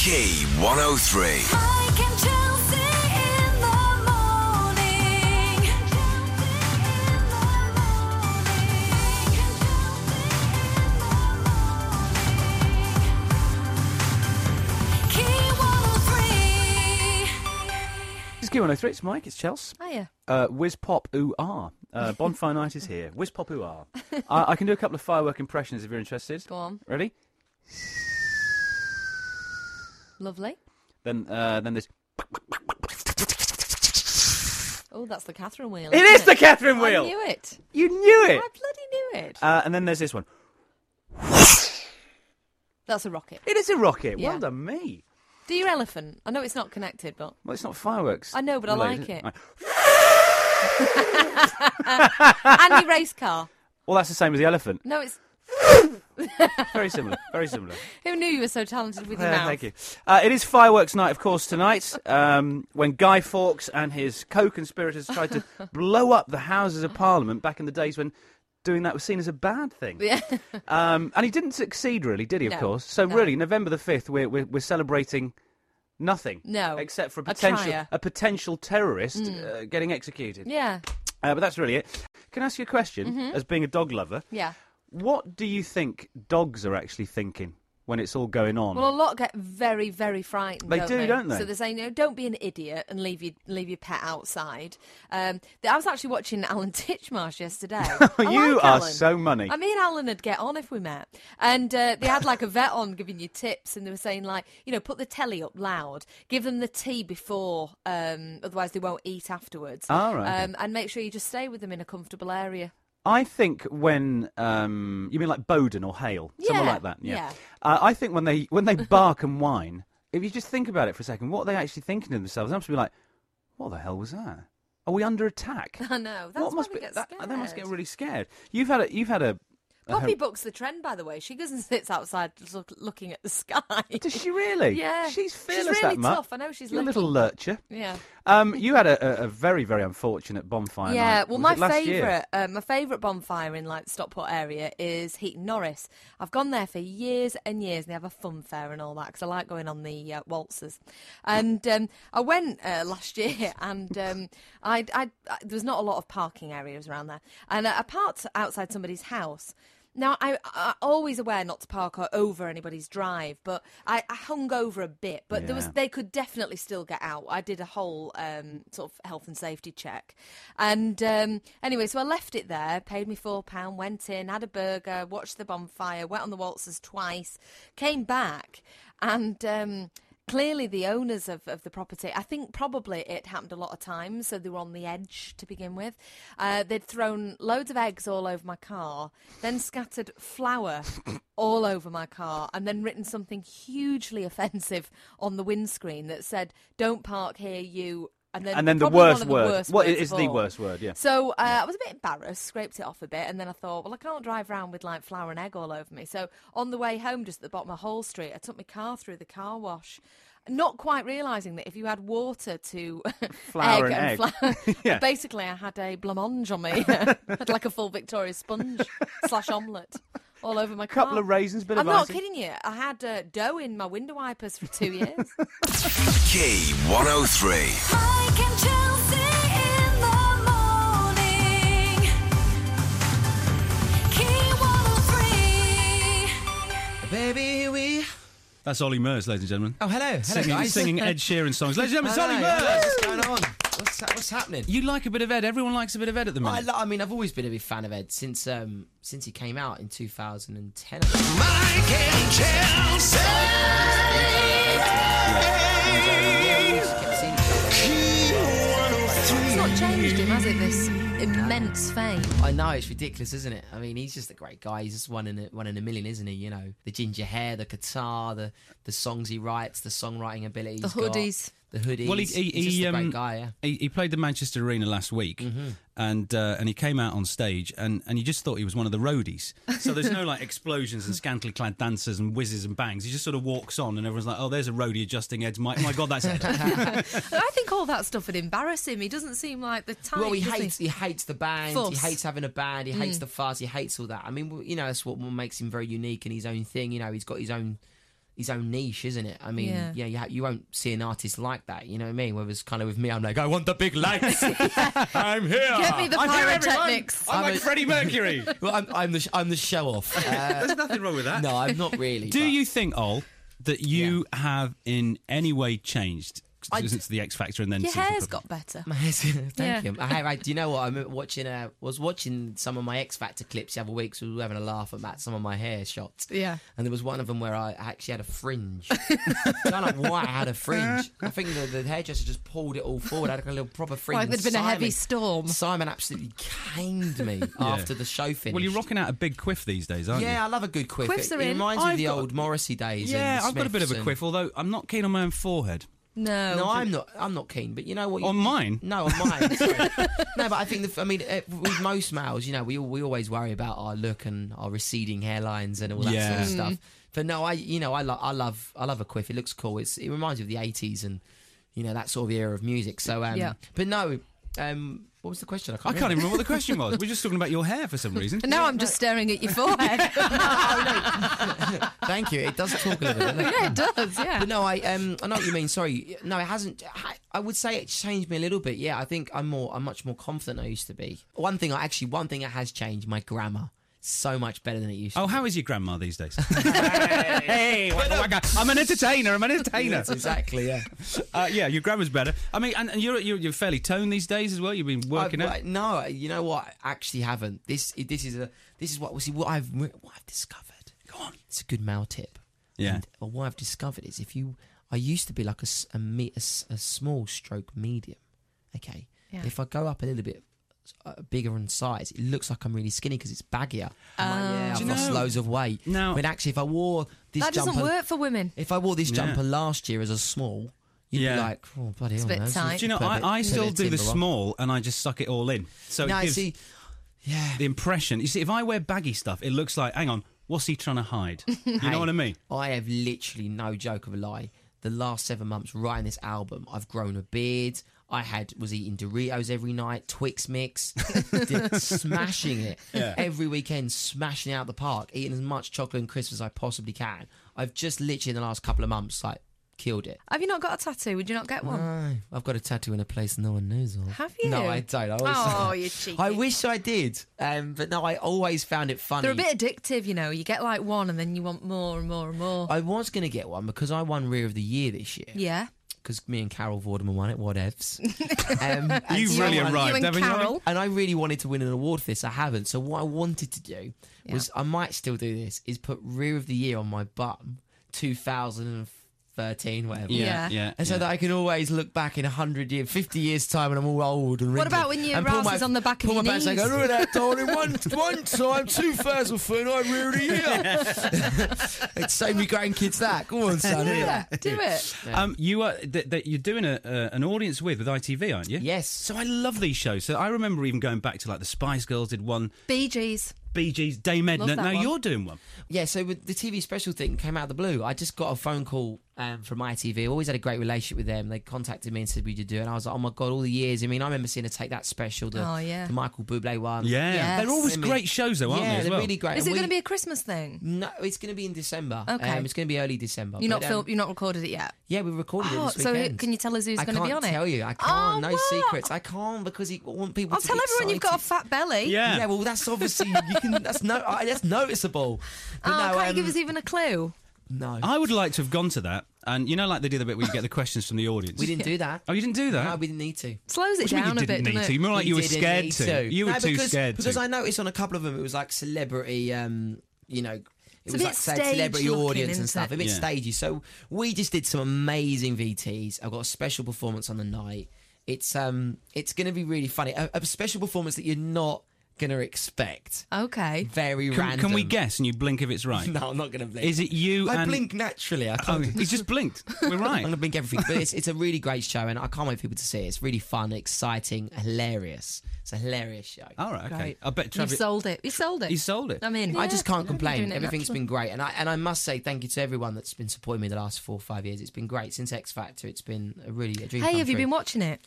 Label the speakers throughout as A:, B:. A: Key 103.
B: Mike and Chelsea in the morning. Key 103.
C: It's Q103, it's Mike, it's Chels.
D: Hiya.
C: Uh, Whiz Pop Ooh Ah. Uh, bonfire Night is here. Whiz Pop Ooh Ah. I, I can do a couple of firework impressions if you're interested.
D: Go on.
C: Ready?
D: Lovely.
C: Then uh, then there's.
D: Oh, that's the Catherine wheel.
C: It
D: isn't
C: is the Catherine wheel!
D: I knew it.
C: You knew
D: I
C: it!
D: bloody knew it.
C: Uh, and then there's this one.
D: that's a rocket.
C: It is a rocket.
D: Yeah.
C: Well done, me.
D: Dear elephant. I know it's not connected, but
C: Well, it's not fireworks.
D: I know, but I
C: related.
D: like it.
C: Right.
D: Andy race car.
C: Well, that's the same as the elephant.
D: No, it's
C: Very similar. Very similar.
D: who knew you were so talented with your
C: Yeah,
D: mouth.
C: thank you. Uh, it is fireworks night, of course, tonight. Um, when Guy Fawkes and his co-conspirators tried to blow up the Houses of Parliament back in the days when doing that was seen as a bad thing.
D: Yeah.
C: Um, and he didn't succeed, really, did he? Of
D: No,
C: course. So
D: no.
C: really, November the fifth, we're, we're we're celebrating nothing.
D: No,
C: except for a
D: a
C: potential
D: trier. Mm.
C: a, potential terrorist uh, getting executed.
D: Yeah. Mm-hmm.
C: Uh, but that's really it. Can I ask you a question? As being a dog lover,
D: Yeah.
C: what do you think dogs are actually thinking when it's all going on?
D: Well, a lot get very, very frightened.
C: They
D: don't
C: do,
D: they?
C: don't they?
D: So they're saying, "No, don't be an idiot and leave your leave your pet outside." Um, th- I was actually watching Alan Titchmarsh yesterday. I
C: You
D: like
C: are
D: Alan.
C: so money.
D: I mean, Alan would get on if we met, and uh, they had like a vet on giving you tips, and they were saying like, you know, put the telly up loud, give them the tea before, um, otherwise they won't eat afterwards.
C: Ah, right, okay.
D: Um, and make sure you just stay with them in a comfortable area.
C: I think when um, you mean like Bowden or Hale, someone
D: Yeah,
C: like that. Yeah.
D: yeah.
C: Uh, I think when they when they bark and whine, if you just think about it for a second, what are they actually thinking to themselves? They must be like, "What the hell was that? Are we under attack?"
D: I know. That's
C: what
D: why
C: must
D: we
C: be
D: get
C: that, they must get
D: scared.
C: really scared. You've had a you've had a. a
D: Poppy
C: hor-
D: books the trend, by the way. She goes and sits outside just look, looking at the sky.
C: Does she really?
D: Yeah.
C: She's
D: She's
C: fearless.
D: really
C: that mutt.
D: tough. I know she's
C: You're a
D: lucky.
C: little lurcher.
D: yeah.
C: Um, you had a, a, a very very unfortunate bonfire.
D: Yeah,
C: night.
D: well,
C: Was
D: my
C: it last year?
D: favourite, uh, my favourite bonfire in like the Stockport area is Heaton Norris. I've gone there for years and years, and they have a fun fair and all that because I like going on the uh, waltzers. And um, I went uh, last year, and um, I, I, I there was not a lot of parking areas around there, and I I parked outside somebody's house. Now, I, I always aware not to park o- over anybody's drive, but I, I hung over a bit. But there was
C: Yeah.
D: they could definitely still get out. I did a whole um, sort of health and safety check, and um, anyway, so I left it there. Paid me four pound, went in, had a burger, watched the bonfire, went on the waltzers twice, came back, and. Um, Clearly, the owners of, of the property, I think probably it happened a lot of times, so they were on the edge to begin with. Uh, they'd thrown loads of eggs all over my car, then scattered flour all over my car, and then written something hugely offensive on the windscreen that said, Don't park here, you. And then,
C: And then the
D: probably one
C: worst
D: of the
C: word.
D: worst
C: What
D: words
C: is
D: of
C: the
D: all.
C: worst word, yeah.
D: So uh, I was a bit embarrassed, scraped it off a bit, and then I thought, well, I can't drive around with like flour and egg all over me. So on the way home, just at the bottom of Hall Street, I took my car through the car wash, not quite realising that if you add water to
C: Flour
D: egg
C: and
D: flour,
C: egg. Yeah.
D: basically I had a blancmange on me, I had like a full Victoria sponge slash omelette. All over my
C: Couple
D: car.
C: of raisins, bit of
D: I'm not
C: icing.
D: kidding you. I had uh, dough in my window wipers for two years.
A: Key 103.
B: Mike and Chelsea in the morning. Key 103.
E: Baby, we.
F: That's Ollie Murs, ladies and gentlemen.
E: Oh, hello, hello,
F: singing,
E: guys.
F: singing Ed Sheeran songs. Ladies and
E: Hello,
F: gentlemen, it's Ollie
E: hello,
F: Murs.
E: What's going on? What's, ha- what's happening?
F: You like a bit of Ed. Everyone likes a bit of Ed at the
E: I,
F: moment.
E: lo- I mean, I've always been a big fan of Ed since um since he came out in 2010.
A: Mike and Chelsea. Key 103.
D: it's not changed him, has it? This immense fame.
E: I know it's ridiculous, isn't it? I mean, he's just a great guy. He's just one in a, one in a million, isn't he? You know, the ginger hair, the guitar, the the songs he writes, the songwriting ability,
D: The
E: he's got,
D: hoodies.
E: the hoodies.
F: Well, he, he,
E: he's just
F: he,
E: a
F: um,
E: great guy. Yeah. Mm-hmm.
F: he, he played the Manchester Arena last week, and uh, and he came out on stage, and, and you just thought he was one of the roadies. So there's no like explosions and scantily clad dancers and whizzes and bangs. He just sort of walks on, and everyone's like, "Oh, there's a roadie adjusting Ed's mic. My God, that's Ed."
D: I think all that stuff would embarrass him. He doesn't seem like the type.
E: Well, he
D: does
E: hates he hates the band. He
D: Fuss.
E: hates having a band. He hates the fuzz. He hates all that. I mean, well, you know, that's what makes him very unique and his own thing. You know, he's got his own his own niche, isn't it? I mean,
D: Yeah.
E: yeah, you, ha- you won't see an artist like that. You know what I mean? Whereas kind of with me, I'm like, I want the big lights. I'm here.
D: Get me the
E: I'm here, everyone.
D: pyrotechnics.
E: I'm,
C: like
E: a-
C: Freddie Mercury.
E: well, I'm, I'm the sh- I'm the show off. Uh,
C: There's nothing wrong with that.
E: no, I'm not really.
C: Do
E: but-
C: you think, Ol, that you have in any way changed
E: I d-
C: since the X Factor and then
D: Your
C: Season
D: hair's
C: Purple?
D: got better.
E: My hair's- Thank
D: Yeah.
E: you. My hair, I, do you know what? I'm watching. Uh, was watching some of my X Factor clips the other week, so we were having a laugh about some of my hair shots.
D: Yeah.
E: And there was one of them where I actually had a fringe. I don't know why I had a fringe. I think the, the hairdresser just pulled it all forward. I had a little proper fringe.
D: Like there'd
E: and
D: been a heavy
E: Simon-
D: storm.
E: Simon absolutely caned me after the show finished.
C: Well, you're rocking out a big quiff these days, aren't you?
E: Yeah, I love a good quiff.
D: Quiffs
E: it,
D: are
E: it
D: in.
E: reminds me
C: I've
E: of the
C: got-
E: old Morrissey days.
C: Yeah,
E: and the
C: I've got a bit of a
E: Smiths
C: quiff, although I'm not keen on my own forehead.
D: No.
E: and- No, I'm not. I'm not keen. But you know what? you-
C: On mine?
E: No, on mine. sorry. no, but I think the, I mean eh, with most males, you know, we al- we always worry about our look and our receding hairlines and all that
C: Yeah.
E: sort of stuff. But no, I you know I love I love I love a quiff. It looks cool. It's it reminds you of the eighties and you know that sort of era of music. So um,
D: Yeah.
E: But no, um, what was the question? I
C: I
E: can't.
C: can't even remember what the question was. We're just talking about your hair for some reason.
D: And now I'm just staring at your forehead.
E: Thank you. It does talk a little bit. doesn't it?
D: yeah, it does. Yeah.
E: But no, I um, I know what you mean. Sorry, no, it hasn't. I- I would say it's changed me a little bit. Yeah, I think I'm more, I'm much more confident than I used to be. One thing, I actually, one thing that has changed my grammar so much better than it used. to
C: Oh, how is your grandma these days? hey, waka waka. I'm an entertainer. I'm an entertainer.
E: be. exactly. Yeah,
C: Uh, yeah, your grandma's better. I mean, and, and you're, you're you're fairly toned these days as well. You've been working
E: I,
C: out.
E: I- No, you know what? I actually haven't. This, this is a, this is what see what I've re- what I've discovered. Go on, it's a good male tip.
C: Yeah.
E: And what I've discovered is if you, I used to be like a s- a me- a s- a small stroke medium. Okay.
D: Yeah.
E: If I go up a little bit uh, bigger in size, it looks like I'm really skinny because it's baggier.
D: Oh.
E: I'm like, yeah,
C: Do
E: I've
C: you
E: lost
C: know-
E: loads of weight.
C: Now-
E: but actually, if I wore this
D: That doesn't
E: jumper,
D: work for women.
E: if I wore this
C: Yeah.
E: jumper last year as a small, you'd
C: Yeah.
E: be like, oh bloody hell,
D: bit
E: man, this
D: tight.
E: is
C: Do you know,
E: put a
C: I,
E: bit-
C: I
E: put a
C: still
E: bit of
C: do the
E: timber on."
C: small and I just suck it all in. So
E: No,
C: it gives
E: see, yeah.
C: the impression. You see, if I wear baggy stuff, it looks like, hang on, what's he trying to hide? You know what I mean?
E: I have literally no joke of a lie. The last seven months writing this album, I've grown a beard. I had was eating Doritos every night, Twix mix, did- smashing it every weekend, smashing it out the park, eating as much chocolate and crisps as I possibly can. I've just literally in the last couple of months like killed it.
D: Have you not got a tattoo? Would you not get one?
E: No, I've got a tattoo in a place no one knows of.
D: Have you?
E: No, I don't. I always
D: Oh, you cheeky.
E: I wish I did, um, but no, I always found it funny.
D: They're a bit addictive, you know. You get like one and then you want more and more and more.
E: I was going to get one because I won Rear of the Year this year.
D: yeah.
E: because me and Carol Vorderman won it. Whatevs. um, and
C: You've
E: so
C: really
E: I-
C: arrived,
D: you and
C: haven't you?
D: Carol.
E: And I really wanted to win an award for this. I haven't. So what I wanted to do was, I might still do this, is put Rear of the Year on my bum, 2013, whatever.
D: Yeah.
C: yeah. yeah
E: And so that I can always look back in 100 years, 50 years' time, and I'm all old and
D: What
E: wrinkled,
D: about when your
E: and pull
D: ass
E: my-
D: is on the back of
E: pull
D: your
E: my back and
D: knees?
E: go, look at that, darling, one, one time, 2013, I rear of the year. It's save me grandkids that. Go on, son. look at that.
D: Yeah, do it.
C: Um, you are th- th- you're doing a, uh, an audience with with ITV, aren't you?
E: Yes.
C: So I love these shows. So I remember even going back to like the Spice Girls did one,
D: BGs.
C: BG's Dame Edna.
D: that
C: Now
D: one.
C: you're doing one.
E: Yeah, so with the TV special thing came out of the blue. I just got a phone call um, from ITV. I always had a great relationship with them. They contacted me and said, "Would you do?" it? And I was like, "Oh my god, all the years." I mean, I remember seeing a take that special, the,
D: Oh, yeah.
E: the Michael Bublé one.
C: Yeah.
D: Yes.
C: They're always
E: I mean-
C: great shows though, aren't
E: yeah,
C: they? as
E: they're
C: well?
E: really great.
D: Is it
E: And
D: going to
E: we-
D: be a Christmas thing?
E: No, it's going to be in December.
D: Okay.
E: um, it's going to be early December.
D: You're not
E: but, um,
D: film, you're not recorded it yet.
E: Yeah, we recorded
D: Oh,
E: it this
D: so
E: weekend.
D: can you tell us who's
E: I
D: going to be
E: can't
D: on it?
E: Tell you, I can't.
D: Oh,
E: no
D: what?
E: secrets. I can't because you want people.
D: I'll
E: to
D: tell
E: be
D: everyone you've got a
E: excited.
D: fat belly.
C: Yeah.
E: Yeah, well, that's obviously you can. That's no, I- that's noticeable.
D: Oh,
E: But no,
D: can't
E: um,
D: you give us even a clue?
E: no.
C: I would like to have gone to that, and you know, like they do the bit where you get the questions from the audience.
E: we didn't do that.
C: Oh, you didn't do that.
E: No, we didn't need to.
D: Slows it
C: What do you mean
D: down
C: you
D: a bit,
C: didn't need
D: doesn't
C: to. You
D: it?
C: more like you were
E: didn't
C: scared
E: need
C: to. You were
E: No,
C: too
E: because,
C: scared
E: Because
C: to.
E: I noticed on a couple of them, it was like celebrity, um, you know, it
D: It's a
E: was
D: bit
E: like said celebrity
D: stage-looking,
E: audience
D: isn't
E: and stuff,
D: it?
E: a bit
C: Yeah.
E: stagey. So we just did some amazing VTs. I've got a special performance on the night. It's um, it's going to be really funny. A, a special performance that you're not going to expect.
D: Okay.
E: Very
C: Can,
E: random.
C: can we guess and you blink if it's right?
E: No, I'm not going to blink.
C: Is it you
E: I
C: and.
E: blink naturally. I
C: Oh,
E: can't.
C: he's just blinked. We're right.
E: I'm going to blink everything. But it's, it's a really great show, and I can't wait for people to see it. It's really fun, exciting, hilarious. It's a hilarious show.
C: All right, okay.
D: Great.
C: I bet
D: You've
C: Travis.
D: sold it. You sold it.
C: He sold it.
D: I mean,
E: I just can't complain.
D: doing it
E: Everything's
D: natural.
E: been great, and I and I must say thank you to everyone that's been supporting me the last four or five years. It's been great since X Factor. It's been a really a dream.
D: Hey,
E: come
D: have you
E: true.
D: been watching it?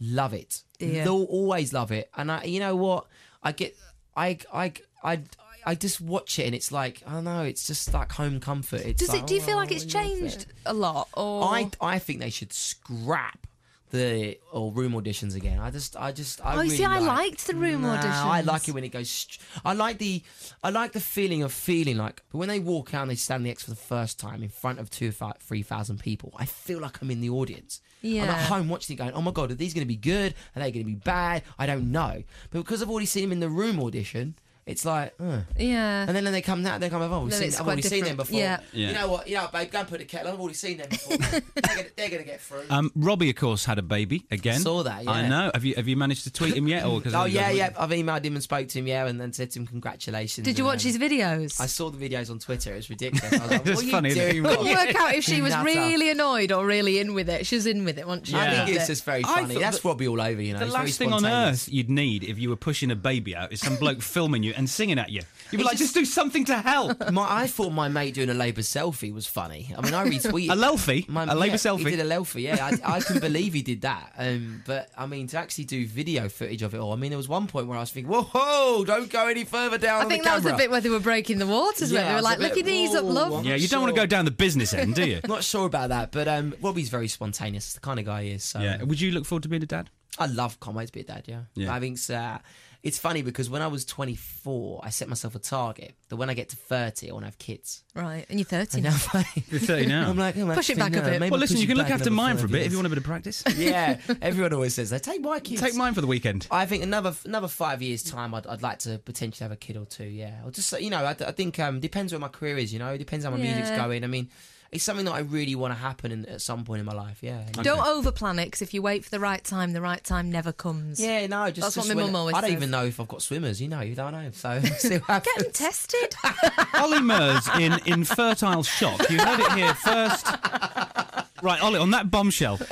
E: Love it.
D: Yeah.
E: They'll always love it, and I you know what I get I I I. I just watch it and it's like I don't know. It's just like home comfort. It's
D: Does
E: like,
D: it? Do you
E: oh,
D: feel like
E: I
D: it's
E: love it.
D: changed a lot? Or
E: I I think they should scrap the or room auditions again. I just I just I
D: Oh, you
E: really
D: see, I
E: like-
D: liked the room
E: Nah, I
D: auditions.
E: like it when it goes. St- I like the I like the feeling of feeling like. But when they walk out and they stand the X for the first time in front of two fi- three thousand people, I feel like I'm in the audience. I'm
D: Yeah.
E: at home watching it, going, "Oh my god, are these going to be good? Are they going to be bad? I don't know." But because I've already seen them in the room audition, it's like. Uh.
D: yeah,
E: And then, then they come out, they come over. Oh, we've
D: Then
E: seen,
D: it's
E: I've
D: quite
E: already seen them
D: different.
E: before.
D: Yeah.
C: Yeah.
E: You know what? You know, what, babe, go and put a kettle. on. I've already seen them before. they're gonna, they're gonna get through.
C: Um, Robbie, of course, had a baby again.
E: Saw that,
C: I
E: yeah.
C: know. Have you have you managed to tweet him yet? Or cause
E: oh yeah, yeah. I've emailed him and spoke to him. Yeah, and then said to him, congratulations.
D: did you
E: and,
D: watch
E: um,
D: his videos?
E: I saw the videos on Twitter. It was ridiculous. I was like,
C: It's
E: what are
C: funny,
E: you
C: isn't it?
E: doing?
D: couldn't
E: Rob?
D: work out if she was
E: Nutter.
D: really annoyed or really in with it. She was in with it, wasn't she?
E: I
C: Yeah.
E: think it's just very
C: I
E: funny.
C: thought
E: That's
C: the-
E: Robbie all over, you know.
C: The
E: he's very
C: last thing on
E: spontaneous.
C: earth you'd need if you were pushing a baby out is some bloke filming you and singing at you. You'd be like, just, do something to help.
E: My, I thought my mate doing a Labour selfie was funny. I mean, I retweeted
C: A Lelfie?
E: My-
C: A Labour
E: yeah,
C: selfie?
E: He did a Lelfie. Yeah, I, I can believe he did that. Um, but I mean, to actually do video footage of it all. I mean, there was one point where I was thinking, "Whoa, whoa don't go any further down."
D: I
E: on
D: think
E: the
D: that was the
E: camera."
D: bit where they were breaking the waters.
E: Yeah,
D: where they
E: it
D: were
E: was
D: like,
E: a
D: "Look
E: bit,
D: at these up,
E: "Whoa,
D: love."
E: what?
C: Yeah, you don't want to go
E: Sure.
C: down the business end, do you?
E: Not sure about that, but um, Robbie's very spontaneous. It's the kind of guy he is. So
C: yeah. Would you look forward to being a dad?
E: I love Conway's Big Dad, yeah.
C: Yeah.
E: I think it's, uh, it's funny because when I was 24, I set myself a target that when I get to 30, I want to have kids.
D: Right, and you're 30
E: And now
D: now.
E: I-
C: You're 30 now.
E: I'm like, oh,
D: Push it
E: actually,
D: back a
E: no,
D: bit.
E: maybe
C: well,
E: I'll
C: listen,
E: push
C: you
E: it
C: can look
E: back
C: after
E: another
C: mine for a
E: five
C: bit if you
E: years.
C: want a bit of practice.
E: Yeah, everyone always says that. Take my kids.
C: Take mine for the weekend.
E: I think another another five years time, I'd, I'd like to potentially have a kid or two. Yeah, or just you know, I, I think um depends where my career is. You know, depends how my music's
D: Yeah.
E: going. I mean, it's something that I really want to happen in, at some point in my life. Yeah.
D: Don't overplan it because if you wait for the right time, the right time never comes.
E: Yeah, no, just
D: That's what my
E: just when-
D: mum always
E: I don't
D: says.
E: even know if I've got swimmers. You know, you don't know. So see what happens.
D: Get them tested.
C: Ollie Murs in Infertile Shock. You heard it here first. Right, Ollie, on that bombshell,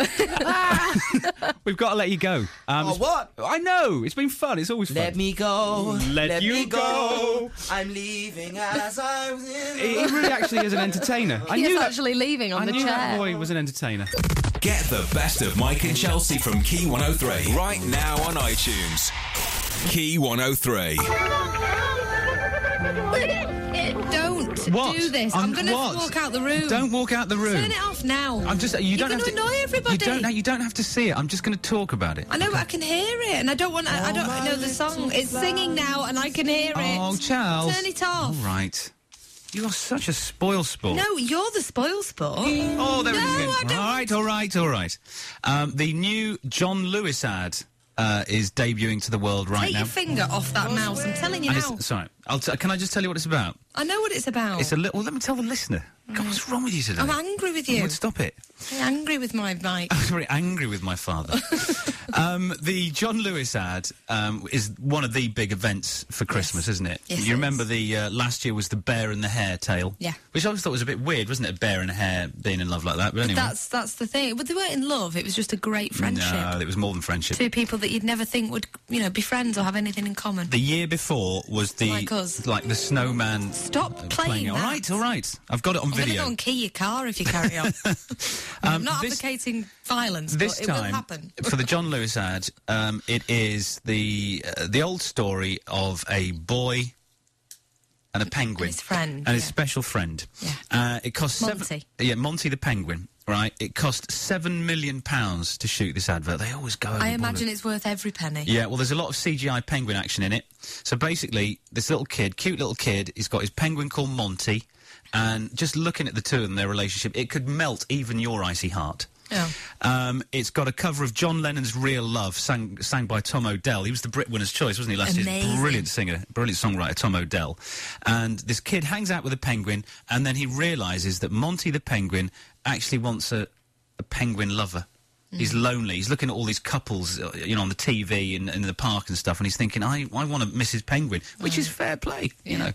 C: we've got to let you go. Um,
E: Oh,
C: it's-
E: what?
C: I know. It's been fun. It's always fun.
E: Let me go.
C: Let you
E: me
C: go.
E: I'm leaving as I was
C: he
E: in.
C: he really actually is an entertainer. I
D: He
C: knew
D: is
C: that-
D: actually leaving on
C: I
D: the
C: knew that
D: chair.
C: boy was an entertainer.
A: Get the best of Mike and Chelsea from Key 103 right now on iTunes. oh Key 103.
D: Don't
C: What?
D: do this.
C: Um,
D: I'm going to
C: what?
D: walk out the room.
C: Don't walk out the room.
D: Turn it off now.
C: I'm just. You
D: You're
C: don't have
D: gonna
C: to
D: annoy everybody.
C: You don't. no, You don't have to see it. I'm just going to talk about it.
D: I know, but I can hear it, and I don't want. I, I don't know the song. It's singing now, and I can hear it.
C: Oh, Charles.
D: Turn it off.
C: All right. You are such a spoil sport.
D: No, you're the spoil sport.
C: Oh, there it is
D: No,
C: again.
D: I don't-
C: All right, all right, all right. Um, the new John Lewis ad uh, is debuting to the world right
D: Take
C: now.
D: your finger off
C: Oh,
D: that mouse. I'm telling you
C: and
D: now.
C: it's, sorry, I'll t- can I just tell you what it's about?
D: I know what it's about.
C: It's a little. Well, let me tell the listener. God, what's wrong with you today?
D: I'm angry with you.
C: Would stop it.
D: I'm angry with my mic.
C: I was very angry with my father. um, the John Lewis ad um, is one of the big events for Christmas, isn't it?
D: Yes,
C: you
D: it
C: remember
D: is.
C: the uh, last year was the bear and the hare tale.
D: Yeah.
C: Which I always thought was a bit weird, wasn't it? A bear and a hare being in love like that. But anyway.
D: That's that's the thing. But they weren't in love. It was just a great friendship.
C: No, it was more than friendship.
D: Two people that you'd never think would, you know, be friends or have anything in common.
C: The year before was the
D: Like us.
C: like the snowman.
D: Oh Stop
C: uh,
D: playing.
C: it. All
D: that.
C: right, all right. I've got it on
D: I'm
C: video. Um,
D: gonna go and key your car if you carry on. I'm not
C: this-
D: advocating violence,
C: this
D: but it
C: time
D: will happen.
C: for the John Lewis ad, um, it is the uh, the old story of a boy and a penguin
D: his friend,
C: and his
D: yeah.
C: special friend.
D: Yeah.
C: Uh, it cost seven.
D: Monty.
C: Yeah, Monty the penguin. Right. It cost seven million pounds to shoot this advert. They always go.
D: I
C: overboard.
D: imagine it's worth every penny.
C: Yeah, well, there's a lot of CGI penguin action in it. So basically, this little kid, cute little kid, he's got his penguin called Monty, and just looking at the two of them, their relationship, it could melt even your icy heart.
D: Oh.
C: Um, it's got a cover of John Lennon's "Real Love," sang, sang by Tom O'Dell. He was the Brit Winners' Choice, wasn't he? Last year's
D: Amazing.
C: brilliant singer, brilliant songwriter, Tom O'Dell. And this kid hangs out with a penguin, and then he realizes that Monty the penguin actually wants a, a penguin lover. He's lonely. He's looking at all these couples, uh, you know, on the TV and, and in the park and stuff, and he's thinking, "I, I want a Mrs. Penguin," which is fair play, you know.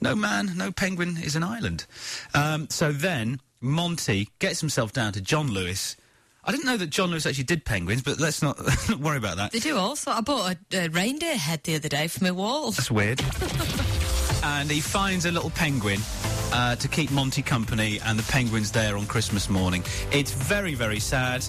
C: No man, no penguin is an island. Um, so then Monty gets himself down to John Lewis. I didn't know that John Lewis actually did penguins, but let's not not worry about that.
D: They do also. I bought a, a reindeer head the other day for my wall.
C: That's weird. and he finds a little penguin uh, to keep Monty company, and the penguin's there on Christmas morning. It's very, very sad.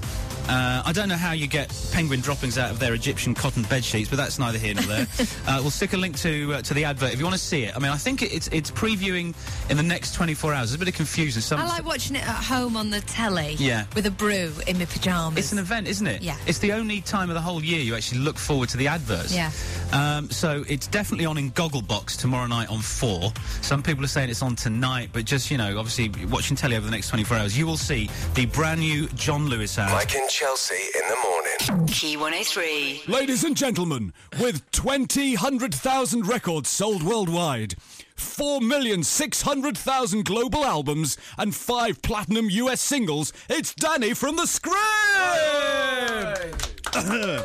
C: Uh, I don't know how you get penguin droppings out of their Egyptian cotton bed sheets, but that's neither here nor there. uh, we'll stick a link to uh, to the advert if you want to see it. I mean, I think it- it's it's previewing in the next 24 hours. There's a bit of confusion. Some,
D: I like watching it at home on the telly.
C: Yeah.
D: With a brew in my pajamas.
C: It's an event, isn't it?
D: Yeah.
C: It's the only time of the whole year you actually look forward to the adverts.
D: Yeah.
C: Um, so it's definitely on in Gogglebox tomorrow night on four. Some people are saying it's on tonight, but just you know, obviously watching telly over the next 24 hours, you will see the brand new John Lewis ad.
G: Mike and Chelsea in the morning.
H: Key 103.
I: Ladies and gentlemen, with 20,100,000 records sold worldwide, 4,600,000 global albums, and 5 platinum US singles, it's Danny from the Script!
C: That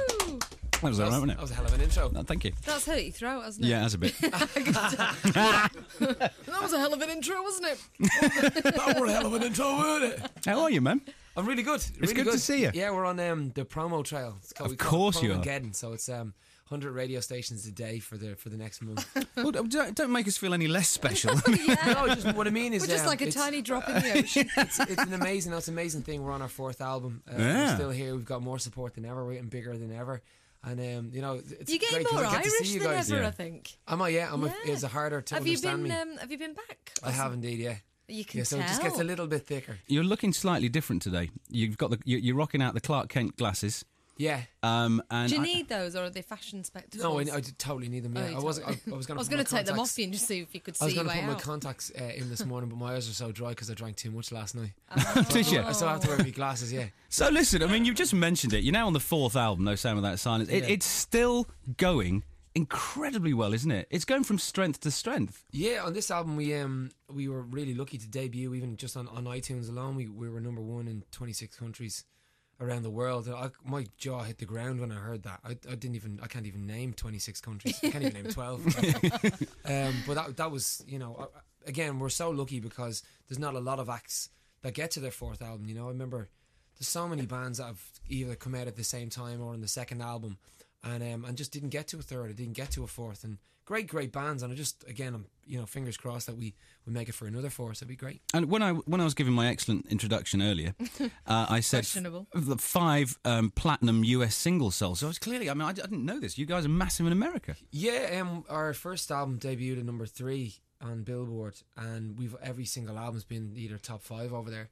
C: was all right, wasn't it?
G: That was a hell of an intro.
C: No, thank you.
D: That's hurt your throat, hasn't it?
C: Yeah, that's a bit.
D: That was a hell of an intro, wasn't it?
G: that was a hell of an intro, wasn't it?
C: How are you, man?
G: I'm really good. It's
C: good to see you.
G: Yeah, we're on um, the promo trail. It's called,
C: Of
G: we call it
C: course you are.
G: Promogeddon, So it's um, 100 radio stations a day for the for the next month.
C: Well, don't, don't make us feel any less special.
G: no, just what I mean is
D: We're just
G: um,
D: like a
G: Oh, it's-
D: tiny drop in the ocean.
G: It's, it's an amazing. That's an amazing thing. We're on our fourth album. Uh,
C: Yeah.
G: We're still here. We've got more support than ever. We're getting bigger than ever. And um, you know, it's
D: You're getting
G: great 'cause
D: more
G: I get to see
D: Irish
G: you
D: than
G: guys.
D: ever,
C: Yeah.
D: I think.
G: Am I? Yeah. I'm A,
D: Yeah.
G: it's a harder to
D: Have you
G: understand
D: been?
G: me.
D: Um, have you been back?
G: I have indeed. Yeah.
D: You can
G: yeah. So
D: tell.
G: it just gets a little bit thicker.
C: You're looking slightly different today. You've got the you- you're rocking out the Clark Kent glasses.
G: Yeah.
C: Um, and
D: Do you
C: I-
D: need those, or are they fashion spectacles?
G: No, I, I did totally need them.
D: Oh,
G: Yeah.
D: you
G: I was. I,
D: totally-
G: I was going.
D: I was going to take them off you and just see if you could
G: I
D: see
G: was
D: your
G: going to
D: way
G: put my
D: out.
G: contacts uh, in this morning, but my eyes are so dry because I drank too much last night.
D: Uh-huh.
C: Did you?
G: I still have to wear my glasses. Yeah.
C: So listen, I mean, you've just mentioned it. You're now on the fourth album, No Sound Without Silence. It,
G: Yeah.
C: It's still going incredibly well, isn't it? It's going from strength to strength.
G: Yeah, on this album we um we were really lucky to debut even just on, on iTunes alone. We we were number one in twenty six countries around the world. And I, my jaw hit the ground when I heard that. I, I didn't even I can't even name twenty six countries. I can't even name twelve. um, but that that was you know I- I- again we're so lucky because there's not a lot of acts that get to their fourth album. You know I remember there's so many bands that have either come out at the same time or on the second album and um, and just didn't get to a third or didn't get to a fourth and great great bands and I just again I'm you know fingers crossed that we we make it for another fourth that'd be great
C: And when I when I was giving my excellent introduction earlier, uh, I said
D: Questionable.
C: f- the five um, platinum US single sales. So it's clearly, I mean, I, d- I didn't know this. You guys are massive in America.
G: yeah um our first album debuted at number three on Billboard and we've every single album's been either top five over there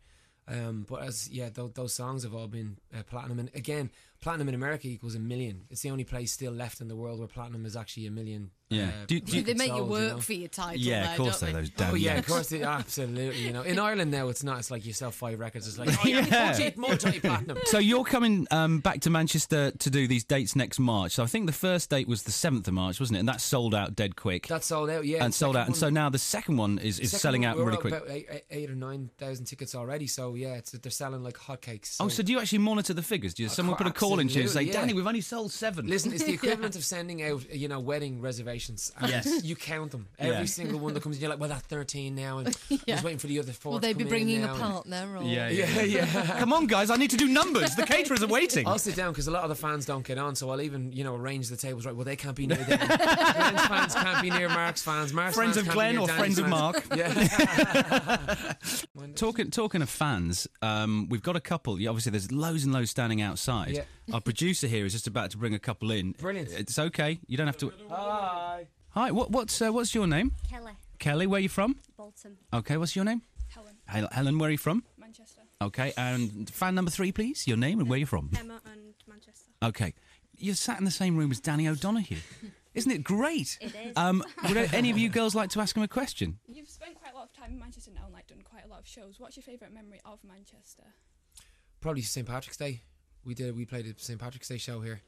G: um but as yeah th- those songs have all been uh, platinum and again platinum in America equals a million it's the only place still left in the world where platinum is actually a million
C: Yeah.
G: uh,
C: Do- do-
D: Do they
G: records
D: make you
G: sold,
D: work
G: know?
D: for your title?
C: yeah,
D: there,
C: of course
D: don't
C: they're
D: they?
C: those damn.
G: Oh yeah,
C: Yanks.
G: of course, it, absolutely. You know, in Ireland now it's not. It's like you sell five records. It's like oh yeah,
C: Yeah.
G: multi, multi platinum.
C: So you're coming um, back to Manchester to do these dates next March. So I think the first date was the seventh of March, wasn't it? And that sold out dead quick.
G: That sold out, yeah.
C: and sold out. And so now the second one is, is selling out really quick.
G: About eight, eight- eight or nine thousand tickets already. So yeah, it's, they're selling like hotcakes.
C: Oh, so do you actually monitor the figures? Do you, someone put a call in to you and say,
G: absolutely, yeah.
C: Danny, we've only sold seven.
G: Listen, it's the equivalent of sending out, you know, wedding reservations. And
C: Yes.
G: You count them. Every
C: Yeah.
G: single one that comes in, you're like, well, that's 13 now, and I was waiting for the other four
D: Will
G: to
D: they be
G: come in
D: bringing
G: now,
D: a
G: and-
D: partner? Or
C: Yeah, yeah.
G: Yeah, yeah.
C: Come on, guys, I need to do numbers. The caterers are waiting.
G: I'll sit down because a lot of the fans don't get on, so I'll even you know arrange the tables right. Well, they can't be near them. Glenn's fans can't be near Mark's fans. Mark's
C: Friends
G: fans
C: of
G: can't be
C: Glenn
G: near
C: or
G: Danny's
C: friends of
G: fans.
C: Mark.
G: Yeah,
C: Talking talking of fans, um, we've got a couple. Yeah, Obviously, there's loads and loads standing outside.
G: Yeah.
C: Our producer here is just about to bring a couple in.
G: Brilliant.
C: It's okay. You don't have to. Hi. Hi. What, what's uh, what's your name?
J: Kelly,
C: Kelly. Where are you from?
J: Bolton,
C: Okay. What's your name?
J: Helen,
C: Hel- Helen. Where are you from?
J: Manchester,
C: Okay. And fan number three, please. Your name and where you're from.
J: Emma, and Manchester.
C: Okay. You're sat in the same room as Danny O'Donoghue. Isn't it great?
J: It is.
C: Um, would any of you girls like to ask him a question?
J: You've spent quite a lot of time in Manchester now and like done quite a lot of shows. What's your favourite memory of Manchester?
G: probably St Patrick's Day. We did. We played a St Patrick's Day show here,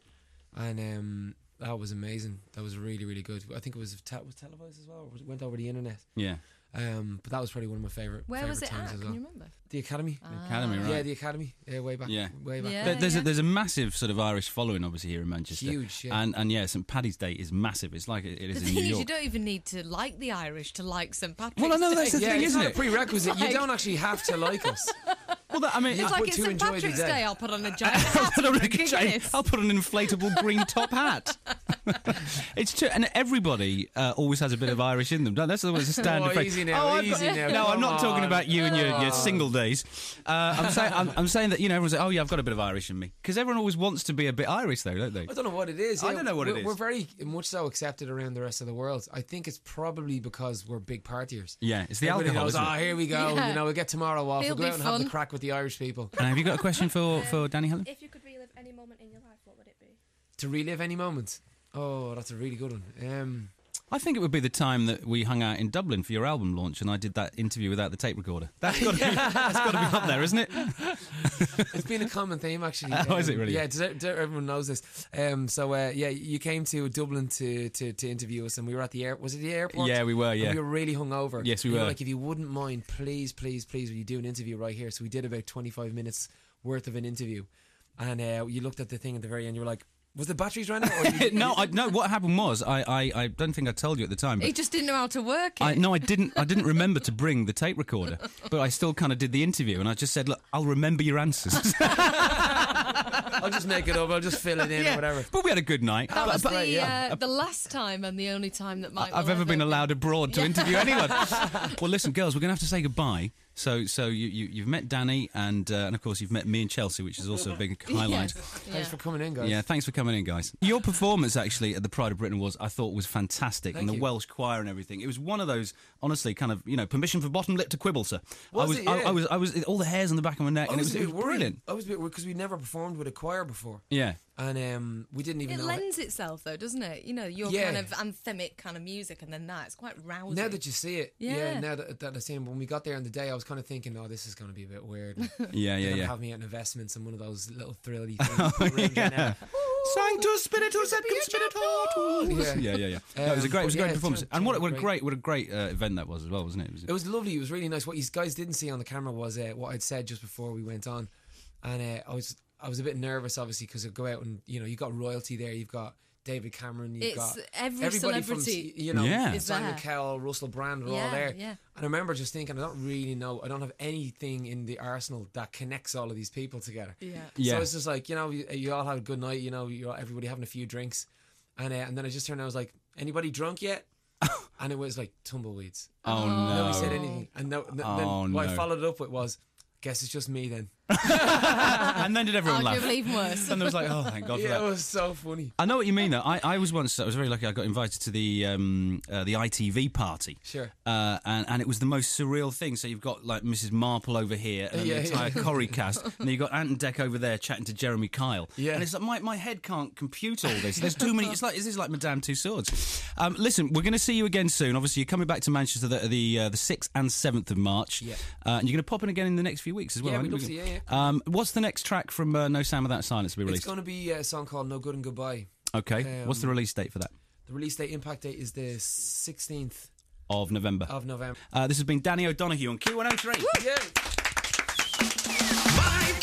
G: and um, that was amazing. That was really really good. I think it was te- was televised as well. Or was it went over the internet.
C: Yeah.
G: Um, but that was probably one of my favorite.
D: Where
G: favorite
D: was it
G: times
D: at?
G: as
D: Can
G: well.
D: you remember? Ah.
G: The Academy.
C: Academy, right?
G: Yeah, the Academy. Yeah, way back.
C: Yeah.
G: way back.
D: Yeah.
C: There- there's, a, there's a massive sort of Irish following, obviously, here in Manchester.
G: Huge, yeah.
C: And, and yeah, St. Paddy's Day is massive. It's like it, it
D: The
C: is in
D: thing
C: New
D: is, you
C: York.
D: don't even need to like the Irish to like St Patrick's.
C: Well, I know
D: Day.
C: that's the
G: yeah,
C: thing,
G: it's
C: isn't
G: not
C: it?
G: a prerequisite.
D: Like-
G: You don't actually have to like us.
C: Well, that, I mean,
D: It's
C: I-
D: like
G: But
D: it's
G: to
D: St
G: enjoy the
D: Patrick's
G: day.
D: Day. I'll put on a giant
C: I'll
D: hat.
C: put on
D: and
C: a
D: bring
C: giant-
D: this.
C: I'll put on an inflatable green top hat. It's true, and everybody uh, always has a bit of Irish in them. don't they? That's always a standard
G: Oh,
C: phrase.
G: easy now,
C: I've
G: easy now,
C: No, I'm
G: come
C: not talking
G: on.
C: about you and your, your single days. Uh, I'm saying I'm, I'm saying that you know everyone's like, oh yeah, I've got a bit of Irish in me because everyone always wants to be a bit Irish though, don't they?
G: I don't know what it is.
C: I
G: you
C: don't know what it
G: we're,
C: is.
G: We're very much so accepted around the rest of the world. I think it's probably because we're big partiers.
C: Yeah, it's the
G: Everybody
C: alcohol,
G: Knows,
C: isn't it?
G: oh, here we go.
D: Yeah.
G: You know, we get tomorrow off.
D: It'll
G: We'll go
D: be
G: out and have the
D: fun.
G: crack with the Irish people.
C: And have you got a question for for Danny Helen?
J: If you could relive any moment in your life, what would it be?
G: To relive any moment. Oh, that's a really good one. Um,
C: I think it would be the time that we hung out in Dublin for your album launch, and I did that interview without the tape recorder. That's got to be that's got to be up there, isn't it?
G: it's been a common theme actually.
C: Oh, is it
G: Um,
C: really?
G: Yeah, does, it- does everyone knows this. Um, so uh, yeah, you came to Dublin to, to, to interview us, and we were at the air. Was it the airport?
C: Yeah, we were,
G: And
C: yeah.
G: we were really hungover.
C: Yes, we
G: And you
C: were.
G: Like, if you wouldn't mind, please, please, please, will you do an interview right here? So we did about twenty five minutes worth of an interview, and uh, you looked at the thing at the very end. You were like, "Was the batteries running?" Or you-
C: no, I, no. What happened was I, I I don't think I told you at the time, but
D: He just didn't know how to work it.
C: I, no, I didn't. I didn't remember to bring the tape recorder, but I still kind of did the interview, and I just said, "Look, I'll remember your answers."
G: I'll just make it up. I'll just fill it in or whatever.
C: But we had a good night.
D: that was
C: But-
D: the,
C: but-
D: uh, the last time and the only time that Mike.
C: I've
D: will
C: ever been allowed abroad to
D: Yeah.
C: interview anyone. well, listen, girls, we're going to have to say goodbye. So, so you, you you've met Danny, and uh, and of course you've met me and Chelsea, which is also a big highlight.
D: Yeah.
G: Thanks for coming in, guys.
C: Yeah, thanks for coming in, guys. Your performance actually at the Pride of Britain was, I thought, was fantastic, and
G: Thank
C: the
G: you.
C: Welsh choir and everything. It was one of those, honestly, kind of you know, permission for bottom lip to quibble, sir. I
G: Was
C: was,
G: it?
C: I,
G: Yeah.
C: I was, I was, all the hairs on the back of my neck,
G: I
C: and it
G: was,
C: was,
G: a
C: Oh, it
G: bit
C: was
G: worried.
C: brilliant.
G: I was a bit worried because we never performed with a choir before,
C: Yeah.
G: and um, we didn't even
D: It
G: know.
D: lends itself though, doesn't it? You know, your
G: Yeah.
D: kind of anthemic kind of music, and then that it's quite rousing.
G: Now that you see it, yeah.
D: Yeah.
G: now that, that I see him, when we got there on the day, I was kind of thinking, oh, this is going to be a bit weird. And
C: Yeah,
G: They're
C: yeah,
G: gonna
C: yeah. Oh,
G: have me at an investments and one of those little thrilly things. yeah.
C: Sanctus Spiritus et cum Spiritus.
G: Yeah.
C: Yeah, yeah, yeah. No, it was a
G: Um,
C: great, it was a
G: but
C: great
G: yeah,
C: performance,
G: it turned-
C: and what, a-
G: turned
C: what a
G: great.
C: great, what a great uh, event that was as well, wasn't it? It was-
G: It was lovely. It was really nice. What you guys didn't see on the camera was uh, what I'd said just before we went on, and uh, I was I was a bit nervous, obviously, because I go out and you know you got royalty there. You've got David Cameron. You've
D: It's
G: got
D: every
G: everybody
D: celebrity
G: from you know
C: Yeah. is
D: there.
G: Simon Cowell, Russell Brand were
D: Yeah,
G: all there.
D: yeah.
G: And I remember just thinking, I don't really know. I don't have anything in the arsenal that connects all of these people together.
D: Yeah.
C: Yeah.
G: So it's just like you know, you, you all had a good night. You know, you all, everybody having a few drinks, and uh, and then I just turned. and I was like, anybody drunk yet? and it was like tumbleweeds.
C: oh no.
G: Nobody said anything. And no, no,
C: Oh,
G: then what
C: no.
G: I followed it up with was, guess it's just me then.
C: and then did everyone laugh?
D: arguably even worse.
C: And there was like, oh, thank God for
G: Yeah,
C: that.
G: it was so funny.
C: I know what you mean though. I, I was once I was very lucky. I got invited to the um, uh, the ITV party.
G: Sure.
C: Uh, and, and it was the most surreal thing. So you've got like Mrs. Marple over here and then
G: Yeah,
C: the entire
G: yeah.
C: Corrie cast, and then you've got Ant and Deck over there chatting to Jeremy Kyle.
G: Yeah.
C: And it's like my, my head can't compute all this. There's too many. It's like this is like Madame Two Swords. Um, listen, we're going to see you again soon. Obviously, you're coming back to Manchester the the, uh, the 6th and 7th of March.
G: Yeah.
C: Uh, and you're going to pop in again in the next few weeks as well.
G: Yeah,
C: I
G: we'd
C: think
G: love
C: we
G: to,
C: can-
G: yeah,
C: Um, what's the next track from uh, No Sound Without Silence to be
G: It's
C: released?
G: going to be a song called No Good and Goodbye.
C: Okay. What's the
G: um,
C: release date for that?
G: The release date, impact date is the 16th
C: Of November.
G: of November.
C: oh Uh, this has been Danny O'Donoghue on Q103.
G: Yeah.
A: My